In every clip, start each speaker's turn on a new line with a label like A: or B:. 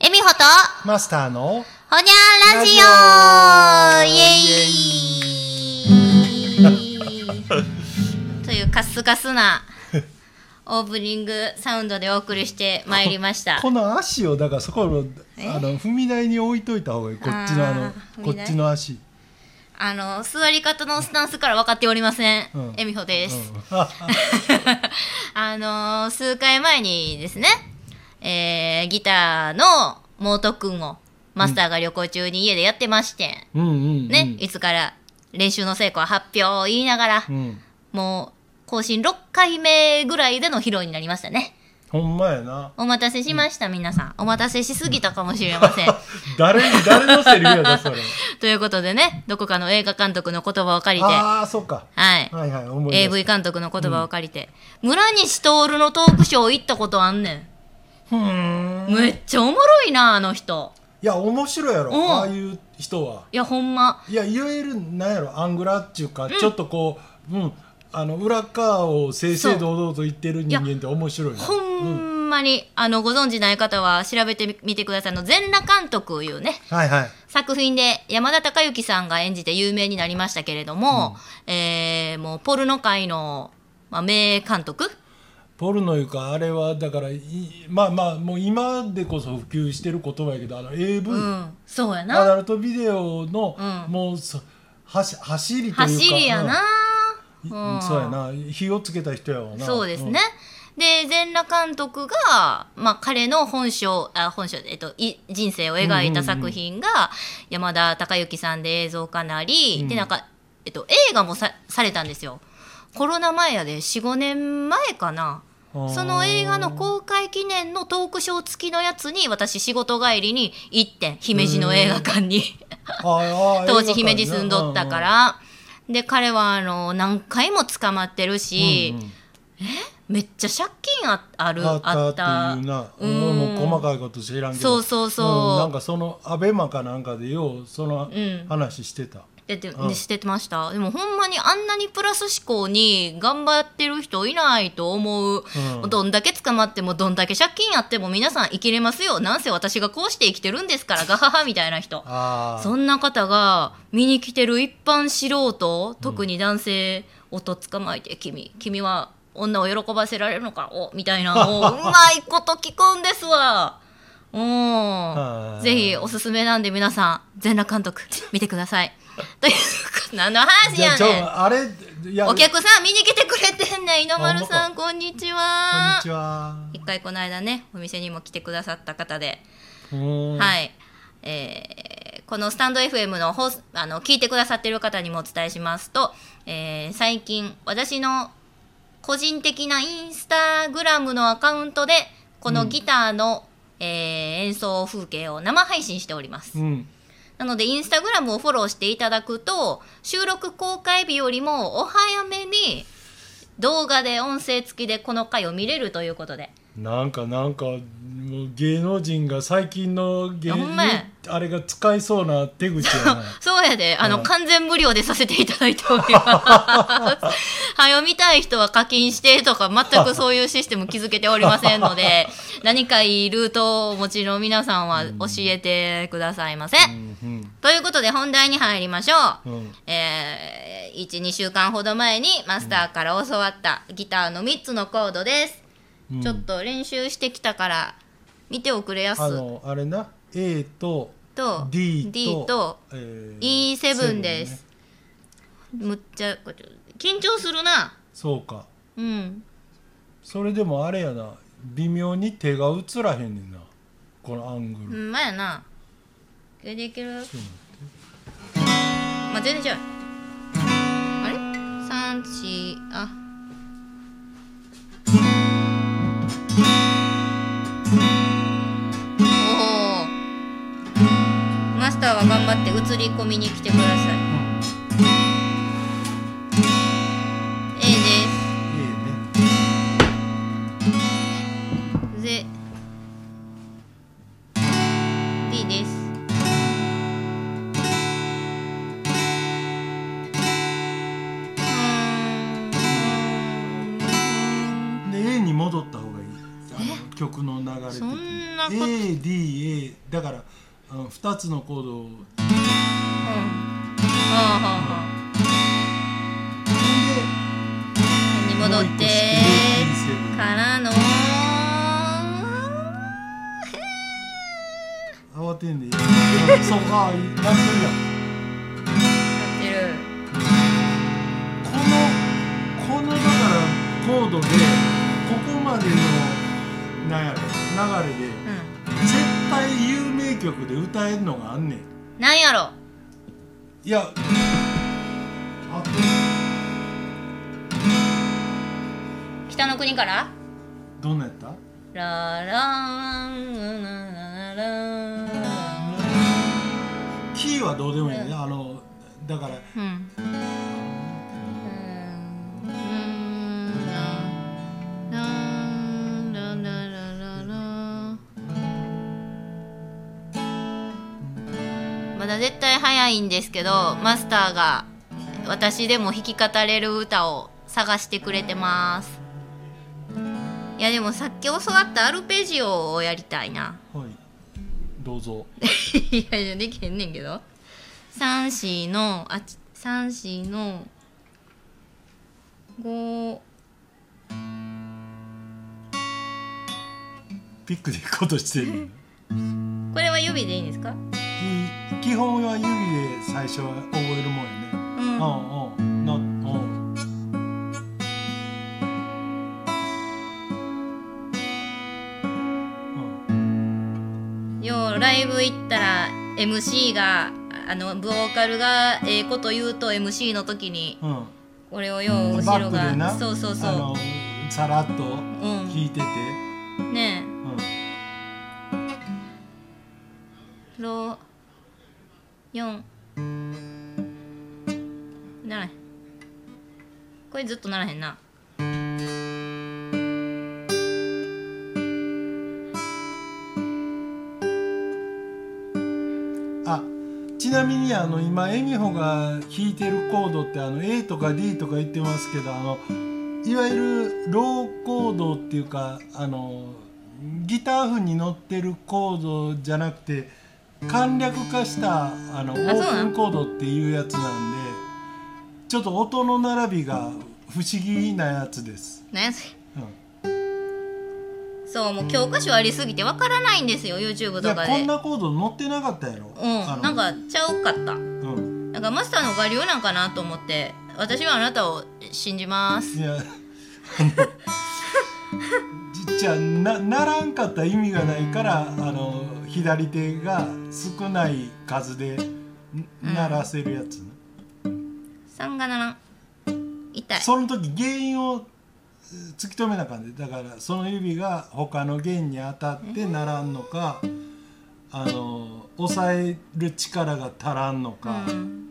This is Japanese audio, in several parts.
A: と
B: マスターの
A: ほにゃラジオ
B: ラジオ
A: イエ ーイというカスカスなオープニングサウンドでお送りしてまいりました
B: この足をだからそこの
A: え
B: あの踏み台に置いといた方がいいこっちのあの
A: あー
B: こっちの足、
A: あの座り方のスタンスから分かっておりません、
B: うん
A: えみほです、
B: うんあ
A: あのー数回前にですね、えーギターのモート君をマスターが旅行中に家でやってまして、
B: うんうんうん
A: ね、いつから練習の成果を発表を言いながら、
B: うん
A: もう更新6回目ぐらいでの披露になりましたね。
B: ほんまやな
A: お待たせしました、皆さん。お待たせしすぎたかもしれません。
B: 誰に誰のセリフやだそれ
A: ということでね、どこかの映画監督の言葉を借りて、は
B: ああそうか
A: い。
B: はいはい思い出した
A: AV 監督の言葉を借りて、村西徹のトークショー行ったことあんねん。
B: ふーん
A: めっちゃおもろいなあの人
B: いや面白いやろ
A: うん
B: ああいう人はい
A: やほんま
B: いやいわゆるなんやろアングラっちゅうか、ちょっとこううんあの裏側を正々堂々と言ってる人間って面白いな
A: ほんまに、あのご存知ない方は調べてみみてくださいあの全裸監督いうね
B: はいはい
A: 作品で山田孝之さんが演じて有名になりましたけれども、えーもうポルノ界の、まあ、名監督
B: ポルノいうかあれはだからいまあまあもう今でこそ普及してる言葉やけどあの AV、
A: うんそうや
B: ア
A: な
B: ダルトビデオの、
A: うん
B: もうそはし走りというか
A: 走りやな、
B: うん
A: うん
B: そうやな火をつけた人やわな
A: そうですね、、で全裸監督が、まあ、彼の本性あ本性、えっと、い人生を描いた作品が山田孝之さんで映像化なり、でなんか、えっと、映画もさされたんですよコロナ前やで45年前かな
B: うん
A: その映画の
B: あ
A: 公開記念のトークショー付きのやつに私仕事帰りに行って姫路の映画館に。
B: ー あー
A: 当時
B: 映画
A: 姫
B: 館
A: 路
B: な
A: 住んどったか
B: うん
A: ら、で彼はあの何回も捕まってるし、
B: うんうん
A: めっちゃ借金あある
B: あ
A: あ
B: っ
A: ったた
B: っていうな、
A: うん
B: もう細かいこと知らんけ
A: そ
B: ど
A: うそうそうん
B: なんかそのアベマかなんかでようそ
A: う
B: の
A: ん
B: 話してた、
A: でで
B: うん
A: してましたでもほんまにあんなにプラス思考に頑張ってる人いないと思う、
B: うん
A: どんだけ捕まってもどんだけ借金あっても皆さん生きれますよなんせ私がこうして生きてるんですからガハハみたいな人
B: ああ
A: そんな方が見に来てる一般素人特に男性をと捕まえて君君は女を喜ばせられるのかおみたい なのをうまいこと聞くんですわう
B: は
A: ん
B: い
A: ぜひおすすめなんで皆さん全裸監 督見てくださいというか何の話
B: じゃ
A: や
B: あちょ
A: ねん
B: あれいや
A: お客さん見に来てくれてんねん井ノ丸さ
B: あ
A: んこんにち
B: こん
A: は
B: にちは
A: 一回この間ねお店にも来てくださった方で
B: は
A: はい、えーこのスタンド FM の放送あの聞いてくださってる方にもお伝えしますと、えー最近私の個人的なインスタグラムのアカウントでこのギターの、えー演奏風景を生配信しております、
B: うん、
A: なのでインスタグラムをフォローしていただくと収録公開日よりもお早めに動画で音声付きでこの回を見れるということで
B: なんかなんかもう芸能人が最近の芸
A: いやほんまや
B: あれが使いそうな手口 やな
A: そうやで、あの、
B: うん
A: 完全無料でさせていただいてお ります。はよ見たい人は課金してとか、全くそういうシステム気づけておりませんので、何かいいルートをお持ちの皆さんは教えてくださいませ。
B: うん
A: ということで本題に入りましょう。
B: うんうん
A: えー、1、2週間ほど前にマスターから教わったギターの3つのコードです。
B: うん
A: ちょっと練習してきたから、見ておくれやす
B: あ。のあれな A と
A: と、
B: D と
A: D と
B: えー
A: E7 で
B: ね
A: す、むっちゃこれ緊張するな
B: そうか
A: うん
B: それでもあれやな微妙に手が映らへんねんなこのアング
A: ほ
B: ル、
A: んまやなこれでいけるまあ全然違うあれ三四あおおマスターは頑張って映り込みに来てください A ですで D ですうーん
B: A ねで A に戻った方がいいあの曲の流れ的
A: そんなこと
B: ADA だからあの2つのコードを
A: うんうんうんうんに戻ってからの
B: で慌てんでいいでもそうかやってるやん
A: やってる
B: このこのだからコードでここまでのなんやろ流れで
A: うん
B: 絶対有名曲で歌えるのがあんねん
A: なんやろ
B: いやあ
A: 北の国から
B: どんなやった
A: ラランララララン
B: キーはどうでもいいね、あのだから
A: うんまだ絶対早いんですけどマスターが私でも弾き語れる歌を探してくれてますいやでもさっき教わったアルペジオをやりたいな
B: はいどうぞ
A: いやいやできへんねんけど3 4のあち3 4の5
B: ピックで行くことしてるの
A: これは指でいいんですか
B: い基本は指で最初は覚えるもんやね
A: うん
B: うんうんなうんうん
A: ようライブ行ったら MC があのボーカルがええこと言うと MC の時に
B: うん
A: 俺をよう後
B: バ
A: ろ
B: ックで
A: が
B: な
A: そうそう
B: あ
A: そ
B: のさらっと
A: うう
B: 弾いてて、
A: んね
B: うん
A: えロ四ならへんこれずっとならへんな
B: あちなみにあの今エミホが弾いてるコードってあの A とか D とか言ってますけどあのいわゆるローコードっていうかあのギター譜に乗ってるコードじゃなくて簡略化したあのオ
A: そうなん
B: ープンコードっていうやつなんでちょっと音の並びが不思議なやつです。
A: なんやそれ
B: うん
A: そうもう教科書ありすぎてわからないんですよ YouTube
B: いや
A: とか
B: こ
A: で
B: んなコード乗ってなかったやろ。あ
A: う
B: の
A: んなんかちゃうかった
B: うん、
A: なんかマスターの我流なんかなと思って私はあなたを信じます
B: いやあのじじゃあなならんかった意味がないからあの左手が少ない数で
A: うん
B: 鳴らせるやつね、
A: 3がならん痛い
B: その時原因をえー突き止めなあかんでだからその指が他の弦に当たって鳴らんのか、あの抑える力が足らんの
A: う
B: か、
A: ん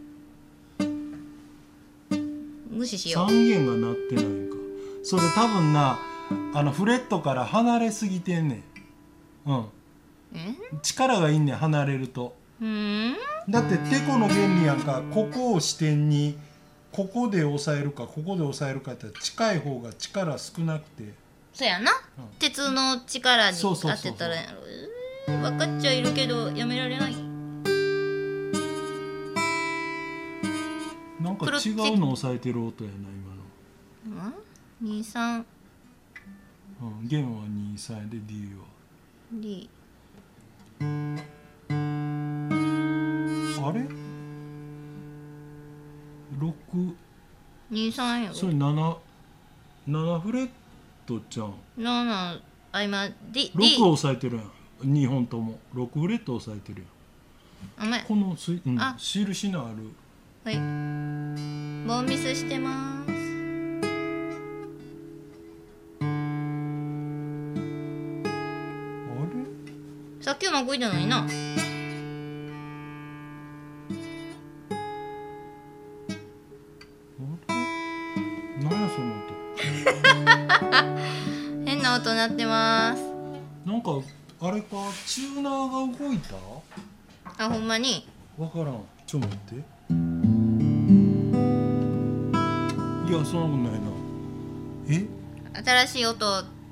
A: 無視しよ
B: 三弦が鳴ってないんかそれ多分なあのフレットから離れすぎてんねんうん
A: うえ
B: 力がいいねん離れると
A: うーん
B: だっててこの原理やんかここを支点にここで押さえるかここで押さえるかって近い方が力少なくて
A: そやな、
B: ん
A: 鉄の力に
B: そう
A: 当
B: そうそうそ
A: て
B: う
A: たらやろうーん分かっちゃいるけどやめられない
B: なんか違うの押さえてる音やな
A: 23D
B: 今の、うん、弦は23で D はあれ ?6
A: 23や
B: そ
A: ろ
B: れ77フレットじゃん
A: 7あ今 D,
B: 6
A: D
B: を押さえてるやん2本とも6フレット押さえてるやん
A: お前
B: このすい、うん
A: あ、
B: 印のある
A: はいボンミスしてます
B: あれ
A: さっきうまくいったのにな
B: なんやその音
A: 変な音鳴ってます
B: なんかあれかチューナーが動いた
A: あほんまに
B: わからんちょっと待っていやそんなことないなえ
A: 新しい音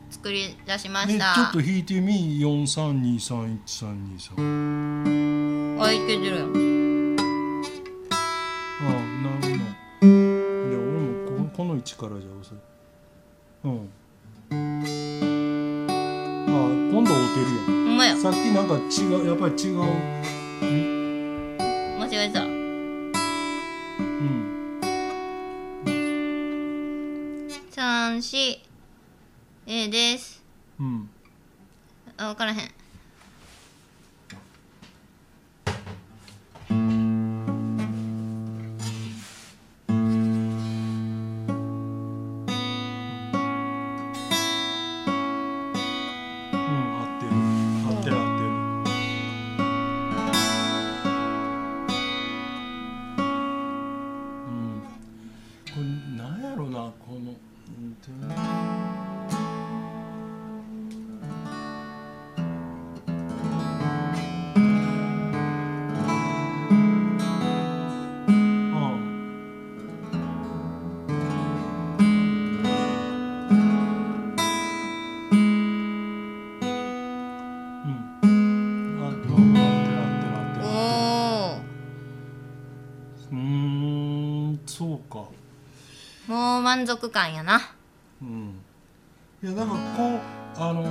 A: 作り出しま
B: ね、
A: し
B: ち
A: た
B: ょっと弾いてみ43231323
A: あいけてるよ
B: ああなるほどで俺もここの位置からじゃあそれうんああ今度合うて
A: ほ
B: る
A: んまや
B: やんさっきなんか違うやっぱり違う
A: 間違えてた
B: う
A: 三
B: ん
A: 四 A です
B: うん
A: あ分からへん
B: うん合ってる合ってる合ってるうんこれなんやろなこのうんてああうん。あと、あってるあってるあってる
A: お
B: うーん、そうか。
A: おもう満足感やな
B: うん。いや、なんかこう、あの、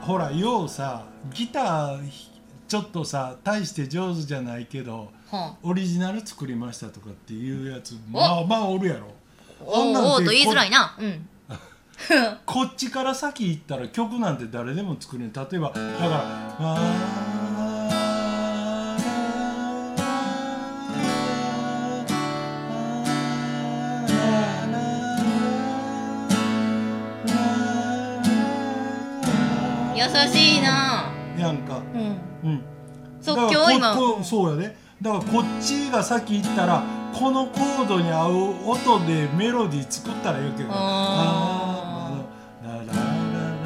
B: ほら、ようさ、ギターひ、ちょっとさ、大して上手じゃないけど、
A: ほん
B: オリジナル作りましたとかっていうやつ、まあまあおるやろ。
A: お
B: あ
A: ー
B: ん
A: お
B: なん
A: ー
B: て
A: と言いづらいなうん
B: こっちから先行ったら曲なんて誰でも作れる例えばだから「あー
A: 優しいな
B: やんか、
A: うん
B: うん、
A: 即
B: だから
A: 興
B: こ
A: 今
B: こそうやねだからこっちが先行ったらこのコードに合う音でメロディー作ったらいいけど
A: あ
B: あーまあララララ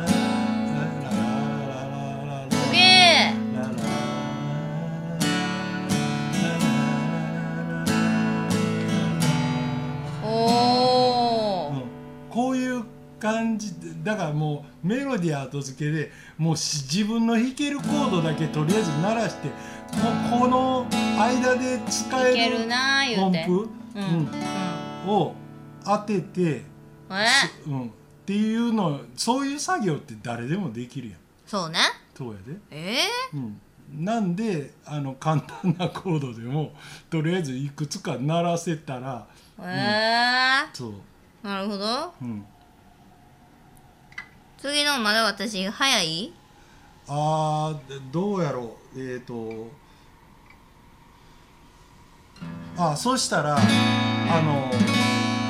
B: ラララララララ
A: すげえお
B: う
A: お
B: んこういう感じでだからもうメロディー後付けでもうし自分の弾けるコードだけとりあえず鳴らしてここの間で使
A: い
B: え
A: け
B: る
A: るなー言
B: 音
A: うて
B: 符
A: うん
B: う
A: うん
B: んを当てて、
A: え
B: すうん、っていうのそういう作業って誰でもできるやん
A: そうね
B: そうやで。
A: え
B: うんなんであの簡単なコードでもとりあえずいくつか鳴らせたら
A: ー、え
B: そう、
A: ー、なるほど
B: うん、
A: 次のまだ私早い
B: あーでどうやろうえっ、とあそしたらあの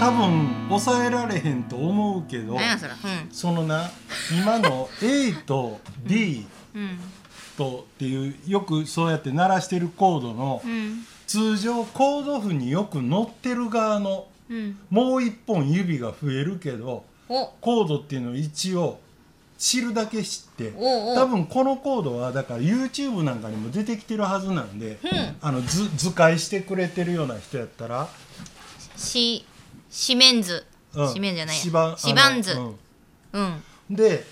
B: 多分抑えられへんと思うけど
A: 何やそらう
B: そのな今の A と D
A: んうん
B: とっていうよくそうやって鳴らしてるコードの
A: うん
B: 通常コード譜によく乗ってる側の
A: うん
B: もう一本指が増えるけど
A: お
B: コードっていうのを一応知るだけ知って
A: おうおう
B: 多分このコードはだから YouTube なんかにも出てきてるはずなんで、
A: うん
B: あの図図解してくれてるような人やったら、
A: し四面図
B: うん、
A: 四面じゃない
B: シバン
A: 四番図
B: あの
A: うん
B: うんで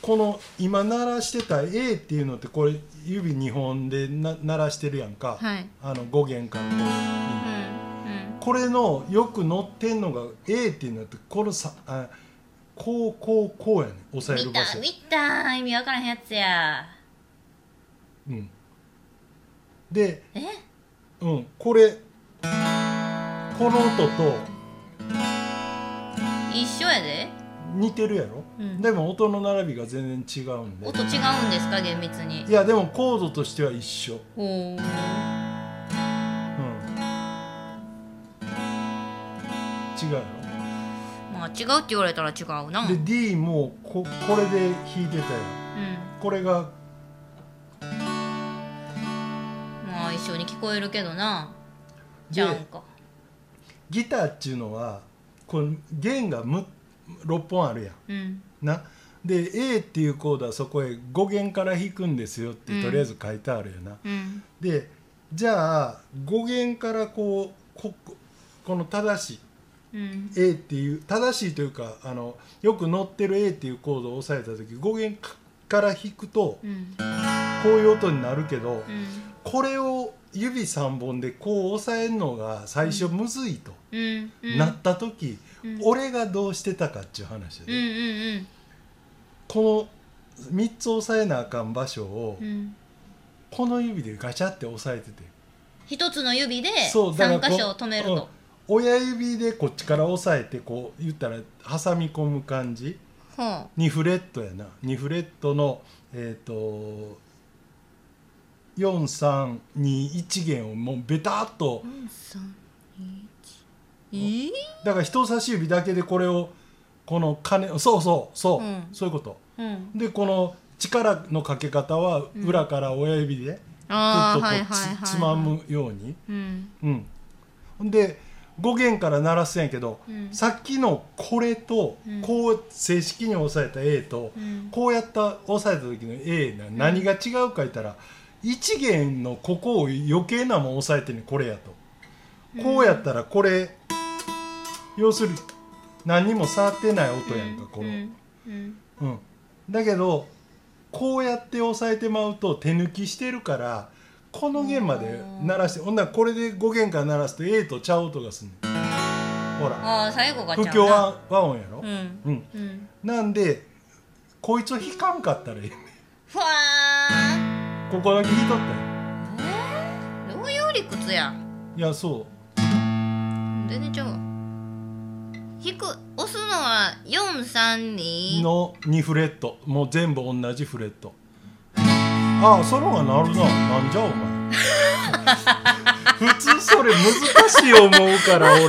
B: この今鳴らしてた A っていうのってこれ指2本でな鳴らしてるやんか、
A: はい
B: あの5弦からこう
A: うん
B: これのよく乗ってんのが A っていうのってこのさあこうこうこうやね押さ
A: う
B: え
A: ん
B: る
A: 見
B: 場
A: た
B: 所
A: 見た意味わからへんやつや
B: うん、で、
A: え
B: うん、これこの音と
A: 一緒やで
B: 似てるやろ、
A: うん
B: でも音の並びが全然違うんで
A: 音違うんですか厳密に
B: いやでもコードとしては一緒、
A: おお
B: うん、違うや
A: まあ違うって言われたら違うな
B: ろ
A: う
B: で
A: ん
B: D もここれで弾いてたやんこれが
A: まあ一緒に聞こえるけどなじ
B: で
A: ゃんか
B: ギターっていうのはこの弦がむ6本あるやん
A: うん
B: なで A っていうコードはそこへ5弦から弾くんですよって
A: うん
B: とりあえず書いてあるよな、
A: うん
B: でじゃあ5弦からこうここの正しい
A: うん。
B: A っていう正しいというかあのよく載ってる A っていうコードを押さえた時語源かから引くと
A: うん。
B: こういう音になるけど、
A: うん。
B: これを指3本でこう押さえるのが最初むずいと、
A: うん。うん。
B: なった時、
A: うん
B: 俺がどうしてたかっていう話で、
A: うんうん
B: この3つ押さえなあかん場所を
A: うん。うん。
B: この指でガチャって押さえてて
A: 一つの指で
B: そうだから
A: 三箇所を止める
B: うん
A: と。
B: 親指でこっちから押さえてこう言ったら挟み込む感じ
A: ほ
B: 2フレットやな2フレットのえっ、と4321弦をもうベターっと
A: う。四三一。え
B: だから人差し指だけでこれをこの金そうそうそう、
A: うん
B: そういうこと
A: え。うん。
B: でこの力のかけ方は
A: うん
B: 裏から親指でぐっ
A: あ
B: と
A: あ
B: こ
A: はいはいうはいはい。
B: つつま。むように、
A: うん。
B: うん、ほんで5弦から鳴らすんやけど、
A: うん
B: さっきのこれと
A: うん
B: こう正式に押さえた A と
A: うん。
B: こうやった押さえた時の A な何が違うか言ったら1弦のここを余計なもん押さえてんねんこれやと。こうやったらこれ要するに何にも触ってない音やんかこの。
A: うん。うん。
B: うん、だけどこうやって押さえてまうと手抜きしてるからこの弦まで鳴らしてほんならこれで5弦から鳴らすと A とちゃう音がすんねんほら
A: ああ最後がちゃう
B: 不
A: な
B: 協和和音やろ
A: う、ん。
B: うん
A: うん。
B: なんでこいつを弾かんかったらええねん
A: ふわーん。
B: ここだけ弾いとったんや
A: えー、どういう理屈や。
B: いやそ
A: 全然ちゃうわ。引く押すのは四三
B: う
A: 二。
B: の2フレットもう全部同じフレットああソロが鳴るななんじゃお前 普通それ難しい思うから俺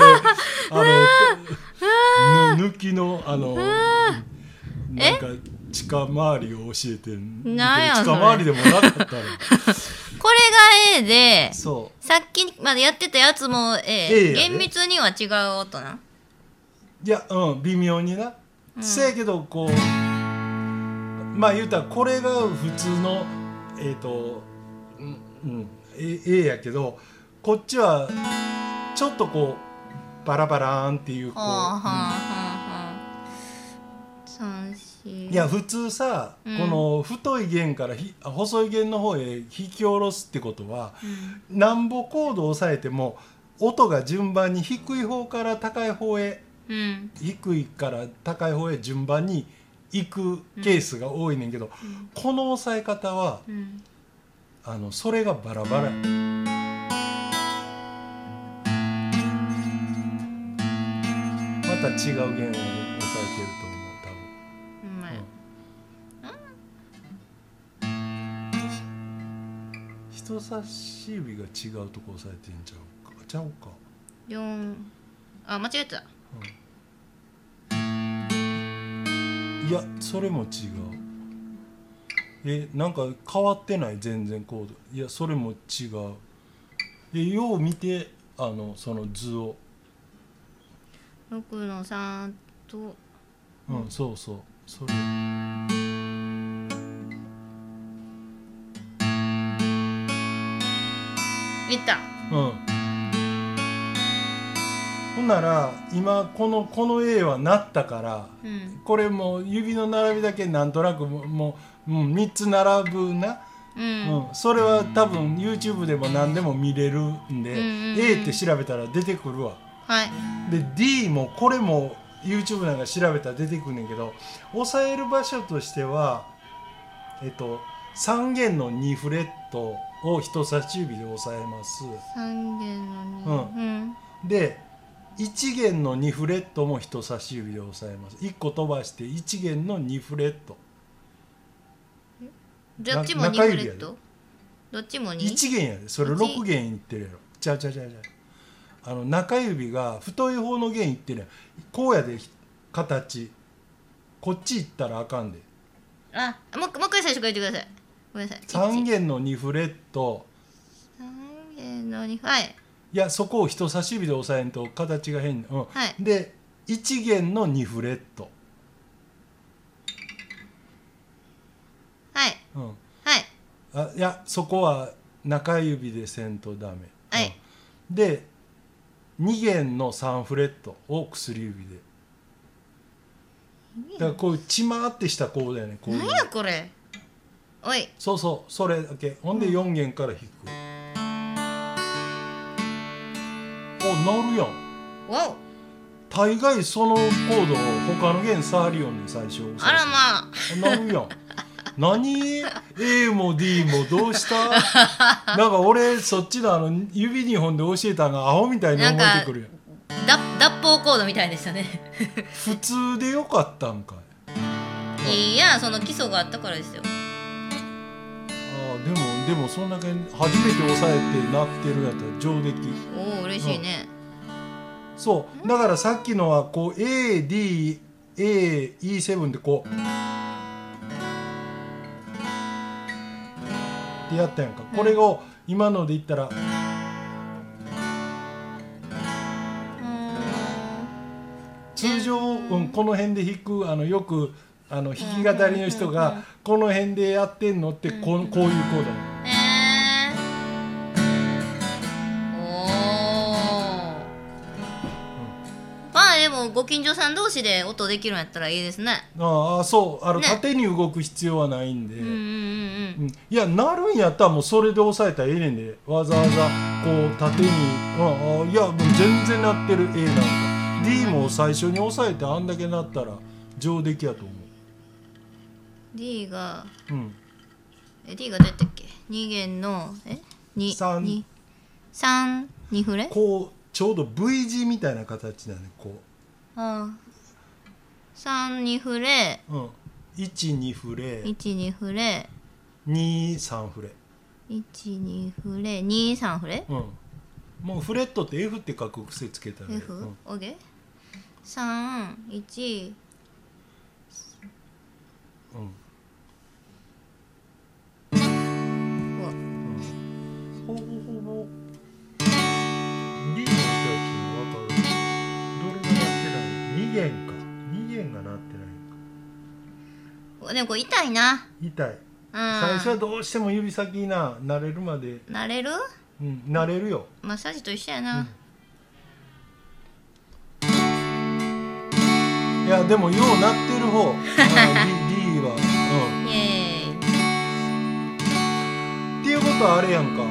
B: あれぬ抜きのあのなんか近回りを教えてん
A: なんやそれ
B: 近回りでもなかったら
A: これが A で。
B: そ
A: さっきまでやってたやつも
B: A
A: A,
B: やで
A: 厳密には違う音な
B: ういやうん微妙にな、せやけどこうまあ言うたらこれが普通のえっ、とうん、うん、A, A やけどこっちはちょっとこうバラバラーンっていうこ
A: ほうほうほう
B: う、
A: ほう三四
B: いや普通さ、
A: うん
B: この太い弦からひあ細い弦の方へ引き下ろすってことは
A: うん
B: なんぼコードを押さえても音が順番に低い方から高い方へ
A: うん
B: 低いから高い方へ順番に行くケースが多いねんけど、この押さえ方は
A: うん
B: あのそれがバラバラやまた違う弦を押さえてると思う多分。
A: うまい
B: 人差し指が違うとこ押さえてんちゃうかちゃうか
A: 四あ間違えてた
B: いやそれも違うえなんか変わってない全然コードいやそれも違うえよう見てあのその図を
A: 六の三と
B: うん、そうそうそれ
A: いった
B: うんほんなら今このこの A はなったから
A: うん
B: これもう指の並びだけなんとなくもうもう、うん、3つ並ぶな、
A: う
B: うんんそれは多分 YouTube でも何でも見れるんで、
A: うんうんうん
B: A って調べたら出てくるわ
A: はい
B: で D もこれも YouTube なんか調べたら出てくんねんけど押さえる場所としてはえっと3弦の2フレットを人差し指で押さえます
A: 三弦の二うん
B: で1弦の2フレットも人差し指で押さえます1個飛ばして1弦の2フレット
A: どっちも二
B: 中
A: フレ
B: 指や
A: ッ
B: で
A: トどっちも二
B: 1弦やでそれ
A: 一
B: 6弦いってるやろちゃうちゃうちゃうちゃうあの中指が太い方の弦いってるやんこうやで形こっち行ったらあかんで
A: あもうもう一回最初から言ってくださいごめんなさい
B: 3
A: 一
B: 弦の2フレット
A: 三弦の二はい
B: いやそこを人差し指で押さえんと形が変、うん
A: はい
B: で1弦の2フレット、
A: はい
B: うん、
A: はい
B: あいやそこは中指でせんとダメ、
A: はい
B: うんで2弦の3フレットを薬指でだからこうちまーってしたコードやねこういう
A: 何やこれおい
B: そうそうそれだけほんで4弦から弾く、お乗るやん
A: わお
B: 大概そのコードを他の弦触るように最初
A: あらまあ
B: なるやん。何 A も D もどうしたなんか俺そっちのあの指2本で教えたんがアホみたいに思えてくるやん
A: だ脱法コードみたいで したね
B: 普通でよかったんかい
A: いやその基礎があったからですよ
B: ああでもでもそんだけ初めて押さえてなってるやったら上出来
A: おお嬉しいね、
B: そうだからさっきのはこう ADAE7 でこうってやったやんかこれを今ので言ったら
A: うー
B: 通常、うん、この辺で弾くあのよくあの弾き語りの人
A: うんうんうんう
B: がこの辺でやってんのってこ,、うこういうコード
A: んえー、おお、まあでもご近所さん同士で音できるんやったらいいですね
B: ああそうあの、
A: ね
B: 縦に動く必要はないんで、
A: うんうんうん
B: うんいやなるんやったらもうそれで押さえたらええねんでわざわざこう縦に、うん、あいやもう全然なってる A なんか D も最初に押さえてあんだけなったら上出来やと思
A: D が
B: う、うん、
A: え D が出たっけ2弦のえ二
B: 三
A: 二三二フレ
B: こうちょうど V 字みたいな形だねこ
A: あ三二フレ
B: う、うん、12フレ
A: 一二フレ
B: 23フレ
A: 一二フレ二三フレ
B: うん、もうフレットって F って書く癖つけたらいい
A: F オゲ三一
B: うんうん
A: うわ
B: ほぼほぼ D の人たちは分かるどれが鳴ってない2弦か2弦が鳴ってないう
A: わでもこれ痛いな
B: 痛い
A: うん
B: 最初はどうしても指先な慣れるまで、
A: 慣れる
B: うん、慣れるよ
A: マッサージと一緒やな、
B: いやでもよう鳴ってる方あの D, D はうん
A: イエーイ
B: っていうことはあれやんか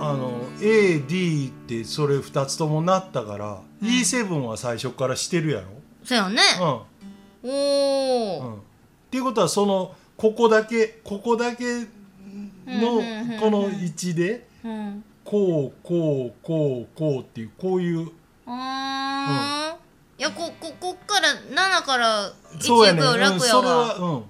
B: あの AD ってそれ2つともなったから、E7 は最初からしてるや
A: そうやね、
B: ろ、
A: お
B: うんう
A: お、
B: ん、っていうことはそのここだけここだけの
A: うんうんうんうん
B: この位置で
A: うん、
B: こうこうこうこうっていうこういう
A: あーいやこここっから7から
B: そうや
A: 1
B: ねん
A: 秒
B: うん
A: 楽や
B: それ
A: わ、
B: はうん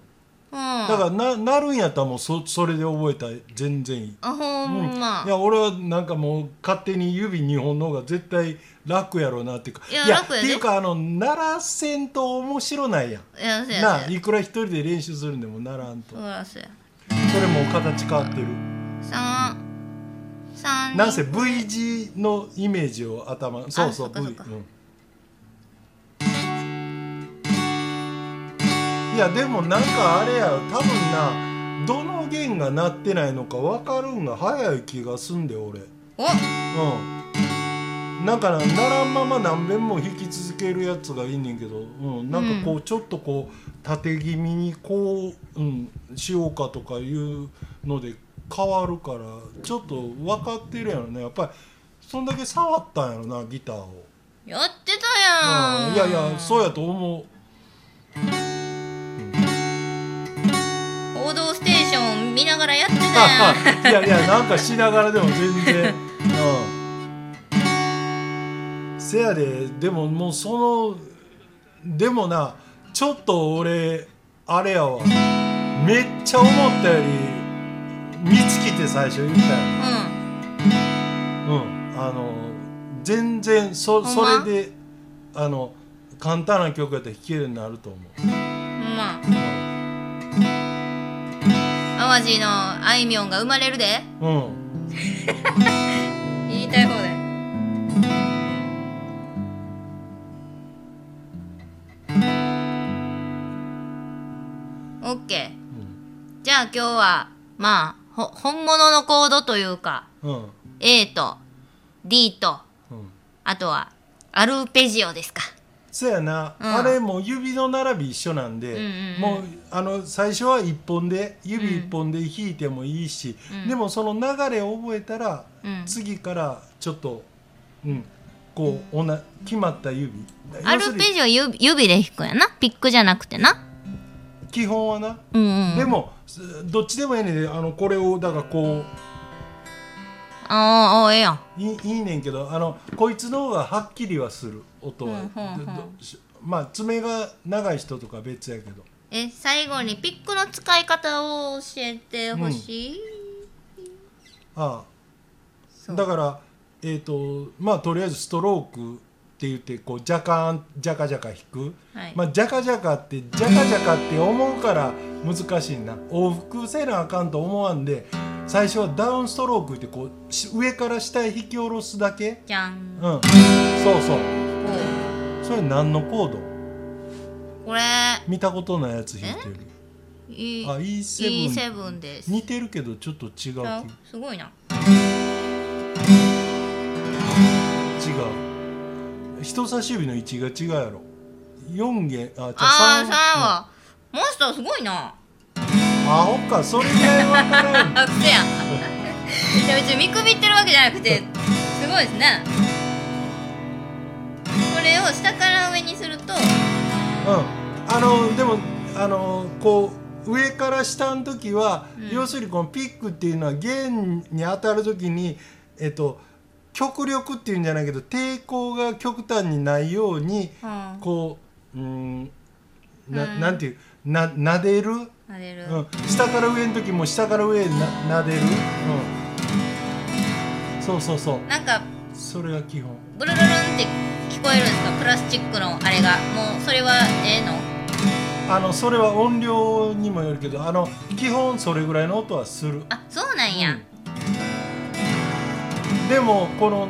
A: うん、
B: だからななるんやったらもうそそれで覚えたら全然いい。
A: あほ
B: うん
A: んま、
B: いや俺はなんかもう勝手に指2本の方が絶対楽やろうなっていうか
A: いや楽や
B: っ
A: で
B: ていうかあの鳴らせんと面白ないやん
A: いやそうや
B: なあ
A: そうや
B: いくら一人で練習するんでもならんと
A: そうやそうや
B: それもう形変わってる
A: 三三
B: なんせ V 字のイメージを頭そうそ
A: そうっか
B: V
A: そっか
B: うんいやでもなんかあれや多分などの弦が鳴ってないのか分かるんが早い気がすんで俺。
A: お
B: うん、なんかなならんまま何遍も弾き続けるやつがいいねんけど、うん、なんかこうちょっとこう縦気味にこう、うん、しようかとかいうので変わるからちょっと分かってるやろねやっぱりそんだけ触ったんやろなギターを、
A: やってたや
B: うん
A: ん
B: いやいやそうやと思う
A: 報道ステーション見ながらやってた やん
B: いやいやなんかしながらでも全然うんせやででももうそのでもなちょっと俺あれやわめっちゃ思ったより見つきって最初言ったや
A: うん
B: んうんあの全然そ
A: ほんま
B: それであの簡単な曲やったら弾けるようになると思う、
A: ほんま
B: うん
A: 淡路のあいみょんが生まれるで
B: うん、
A: 言いたい方でオッケー
B: うん
A: じゃあ今日はまあほ本物のコードというか
B: うん
A: A と D と
B: うん
A: あとはアルペジオですか。
B: そやな、
A: うん
B: あれもう指の並び一緒なんで、
A: うんうんうん
B: もうあの最初は1本で指1本で弾いてもいいし、
A: うん
B: でもその流れを覚えたら、
A: うん
B: 次からちょっと、うん、こうおな決まった指
A: ア
B: 要す
A: ル
B: る
A: ペ
B: に
A: ジオ指指で弾くんやな。ピックじゃなくてな。
B: 基本はな、
A: うんうん。
B: でもすどっちでもええねんであのこれをだからこ
A: あーあー、ええやん。
B: ういいいねんけどあのこいつの方がはっきりはする音は、
A: うんうんうん
B: どどしまあ爪が長い人とか別やけど
A: え、最後にピックの使い方を教えてほしい。
B: ああ
A: そう
B: だからえっ、とまあとりあえずストロークって言ってこうジャカーンジャカジャカ弾く、
A: はい
B: まあジャカジャカってジャカジャカって思うから難しいな往復せなあかんと思わんで最初はダウンストロークってこうし上から下へ引き下ろすだけ
A: じゃ。
B: うんんそうそう
A: お
B: それ何のコード
A: これ、
B: 見たことないやつ弾いてる
A: い
B: あ E7,
A: E7 です。
B: 似てるけどちょっと違う気
A: あすごいな。
B: 違う人差し指の位置が違うやろ4弦あじゃ
A: ああ、
B: 三
A: 3は。モンスターすごいな。
B: アホかそれぐらいわ からん
A: あ、くせやん。いや、別に見くびってるわけじゃなくて、すごいですね。これを下から上にすると、
B: うんあのでもあのこう上から下の時は、要するにこのピックっていうのは弦に当たる時にえっと極力っていうんじゃないけど抵抗が極端にないように
A: うん、
B: こううんな
A: うん
B: なんていうな撫でる、
A: なれる。
B: うん、下から上の時も下から上にな撫でる、うん、そうそうそう
A: なんか、
B: それが基本
A: ブルルルンって聞こえるんですかプラスチックのあれが。もう、それはええの
B: あのそれは音量にもよるけどあの基本それぐらいの音はする
A: あ、そうなんや。
B: でもこの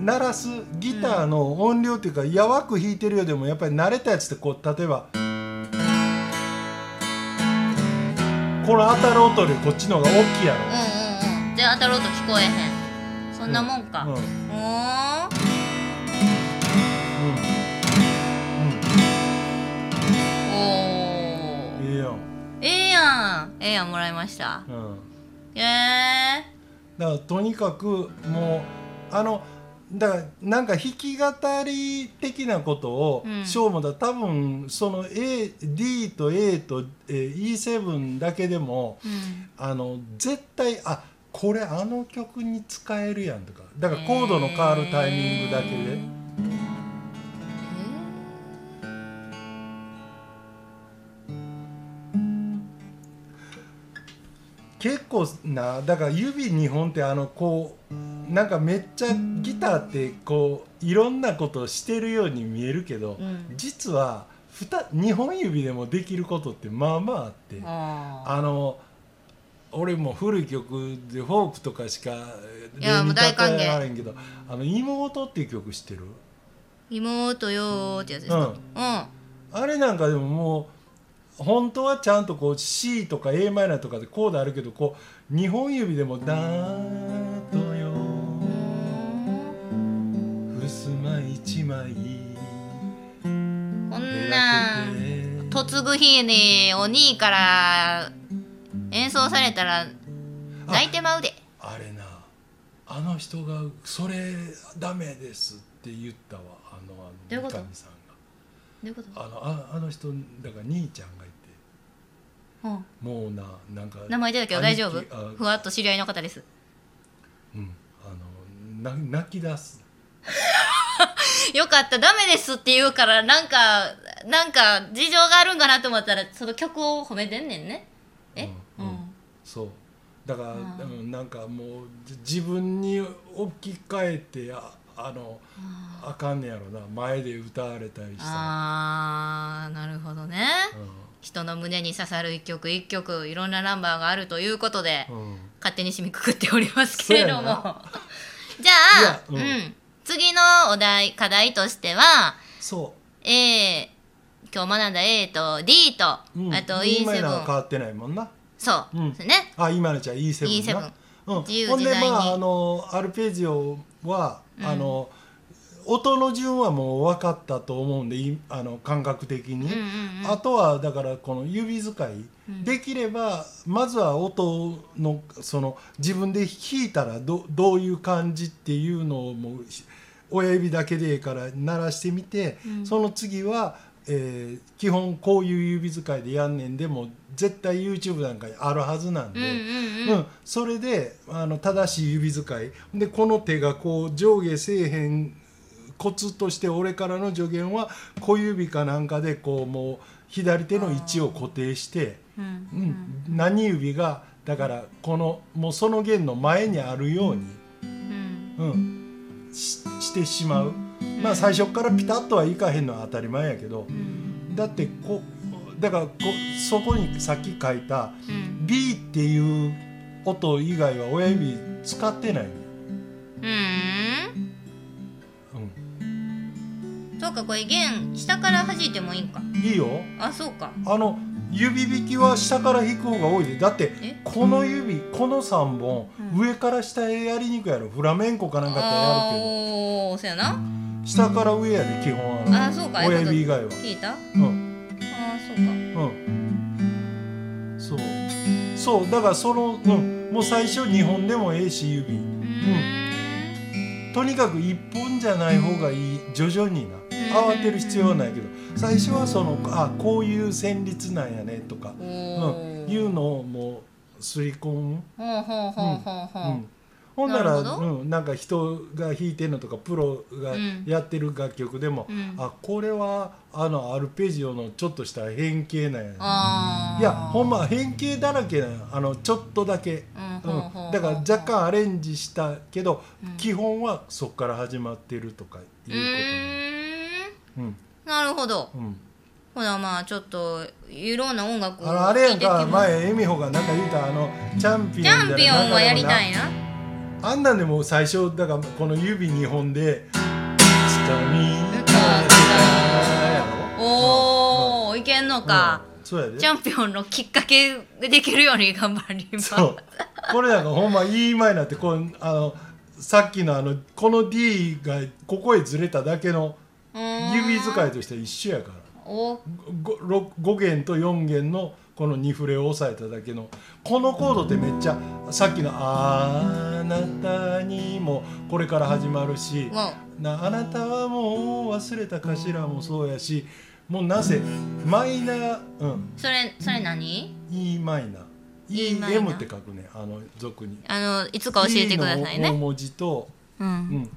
B: な鳴らすギターの音量っていうか、やわく弾いてるようでもやっぱり慣れたやつってこう例えばこの当たる音でこっちの方が大きいやろ
A: うん、うんうん。で、当たろうと聞こえへん。そんなもんか。
B: うんうん
A: おー。お
B: うん
A: ー。
B: いいよ、
A: ええやん。ええやん、もらいました。
B: うん、
A: ええ
B: だからとにかくもうあのだからなんか弾き語り的なことを
A: うん
B: 翔もだ、多分その AD と A と、えー E7 だけでも
A: うん。
B: あの絶対あこれあの曲に使えるやんとかだからコードの変わるタイミングだけで、
A: え
B: 結構なだから指2本ってあのこうなんかめっちゃギターってこういろんなことをしてるように見えるけど、
A: うん
B: 実は 2, 2本指でもできることってまあまああって、
A: ーあ
B: あの俺も古い曲でフォークとかしか
A: いやもう大歓迎
B: 例えられんけど「あの妹」っていう曲知ってる
A: ー妹よーってやつですか
B: うんあれなんかでももう本当はちゃんとこう C とか a マイナーとかでコードあるけどこう2本指でも「だーっとよ
A: うん
B: 襖一枚
A: こんなん嫁ぐ日にお兄から演奏されたら泣いてまうで
B: あれなあの人が「それダメです」って言ったわあのあの
A: どういうこと
B: 三上さんが。
A: どういうこと
B: あのああの人だから兄ちゃんがいて
A: うん
B: もうななんか
A: 名前出たけど大丈夫
B: 兄貴あ
A: ふわっと知り合いの方です
B: うんあのな泣き出す
A: よかったダメですって言うからなんかなんか事情があるんかなと思ったらその曲を褒めてんねんねえう
B: う
A: んん、
B: うんそうだから、
A: あー
B: うんなんかもうじ自分に置き換えてああのあかんねやろな前で歌われたりした
A: あーなるほどね
B: ら
A: 人の胸に刺さる一曲一曲いろんなナンバーがあるということで、
B: うん、うん、
A: 勝手に締めくくっておりますけれども
B: そう
A: じ
B: や
A: ゃ
B: な いや
A: あ、
B: う
A: うんん次のお題課題としては
B: そ
A: A 今日学んだ A と D と、
B: う、うん、
A: あと
B: 今のは変
A: E7
B: わってないもんな
A: そう、
B: うん
A: ですね
B: あ今のじゃ E7 な
A: E7
B: うん、
A: 自由
B: ほんで
A: 自在に
B: まああのアルペジオは、
A: うん
B: あの音の順はもう分かったと思うんでいあの感覚的に、
A: うんうんうん
B: あとはだからこの指使い、できればまずは音のその自分で弾いたらどどういう感じっていうのをもうし親指だけでええから鳴らしてみて、その次は、えー基本こういう指使いでやんねんでも絶対 YouTube なんかにあるはずなんで。
A: うんうんうん
B: うん、それであの正しい指使いでこの手がこう上下せえへんコツとして俺からの助言は小指かなんかでこうもう左手の位置を固定して、
A: うん
B: うん何指がだからこのもうその弦の前にあるように、
A: うん
B: うん、ししてしまう、まあ最初からピタッとはいかへんのは当たり前やけど
A: うん
B: だってこだからこそこにさっき書いた「
A: うん
B: B っていう音以外は親指使ってない、
A: うん
B: う
A: そうかこれ弦下から弾いてもいいんか
B: ん、いいよ
A: あそうか
B: あの指弾きは下から弾く方が多いでだって
A: え
B: この指この3本、
A: うん
B: 上から下へやりにくいやろフラメンコかなんかって
A: あ
B: やるけ
A: おーそうやな
B: ど下から上やで基本あの
A: あそうか
B: 親指以外は
A: 聞いたあ
B: うん
A: ーそうか
B: うんそうそうだからその、うん、もう最初2本でもええし指
A: うーん
B: とにかく1本じゃない方がいい徐々にな慌てる必要はないけど最初はそのあこういう旋律なんやねとか、
A: お
B: うん、
A: ー
B: いうのをもう刷り込む、
A: ほうほうほうほう
B: う、
A: ほうん
B: ほんなら
A: なるほ
B: うん、なんか人が弾いてんのとかプロが
A: うん
B: やってる楽曲でも、
A: うん
B: あこれはあのアルペジオのちょっとした変形なんやね
A: あー
B: いやほんま変形だらけなんやあのちょっとだけ。
A: うんほうほうほ
B: う、
A: うん
B: だから若干アレンジしたけど、
A: うん
B: 基本はそこから始まってるとかいう
A: ーん
B: うことね
A: なるほど
B: うんうん
A: ほなまあちょっといろんな音楽を
B: あのあれやん
A: 聴いて
B: か
A: きます
B: 前恵美穂がなんか言うたあのチャンピオン
A: チャンピオンはやりた
B: い
A: いな
B: あんなんでもう最初だからこの指2本で「下に
A: ん
B: やろ
A: おーいけんのか
B: うんそうやで
A: チャンピオンのきっかけでできるように頑張ります
B: そうこれなんかほんまいい前になってこうあのさっきのあのこの D がここへずれただけの
A: うーん
B: 指使いとしては一緒やから
A: お
B: 5弦と4弦のこの2フレを押さえただけのこのコードってめっちゃさっきの「あなたに」もこれから始まるし
A: わ
B: 「なあなたはもう忘れたかしら」もそうやしもうなぜマイナー、うん、
A: それそれ何
B: E マイナー
A: E マイナー
B: EM って書くねあの俗に。
A: あのいつか教えてください
B: E の
A: ね
B: 大文字と、
A: うん、
B: うん、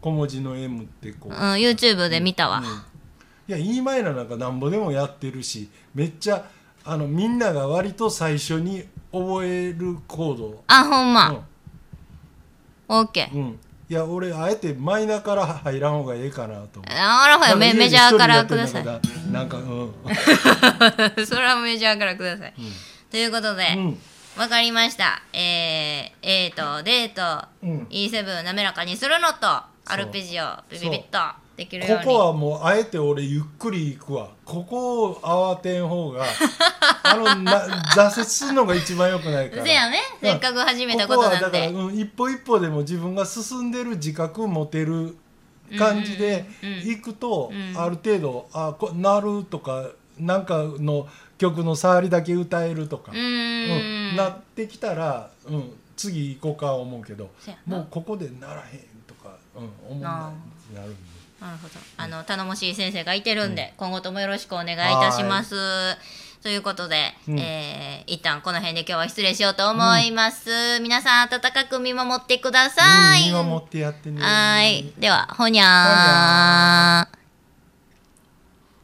B: 小文字の M ってこ
A: う、。
B: うん
A: YouTube で見たわ、
B: うん、いや E マイナーなんかなんぼでもやってるしめっちゃあのみんなが割と最初に覚えるコード、
A: あほんま、OK、
B: うんうん、いや俺あえてマイナーから入らん方がええかなと思う
A: あらほやメメジャーからください
B: なんか家で一人でやってる中でなんか
A: それはメジャーからください、ということで、
B: うんうん
A: わかりました。えー、A と D と
B: うん
A: E7 を滑らかにするのと、アルペジオビビビッとできるよう
B: こ
A: に。
B: こはもうあえて俺ゆっくり行くわここを慌てん方があのな挫折するのが一番良くないか ら
A: せやね、
B: うん
A: せっかく始めた
B: こ
A: こ
B: ことは
A: な
B: だ
A: ん
B: から、
A: で。
B: うん、一歩一歩でも自分が進んでる自覚を持てる感じで
A: うんうんうん
B: いくと、
A: うん
B: ある程度あこなるとかなんかの曲の触りだけ歌えるとか
A: う、ーん。
B: なってきたら、うん、次行こうか思うけど
A: せやな
B: もうここでならへんとか、うん、思うななるんで
A: なるほど。あの、頼もしい先生がいてるんで、今後ともよろしくお願いいたします。ということで、
B: うん
A: えー、一旦この辺で今日は失礼しようと思います。皆さん、温かく見守ってください。
B: うん見守ってやってね
A: はーい。では、ほにゃー。
B: ほにゃー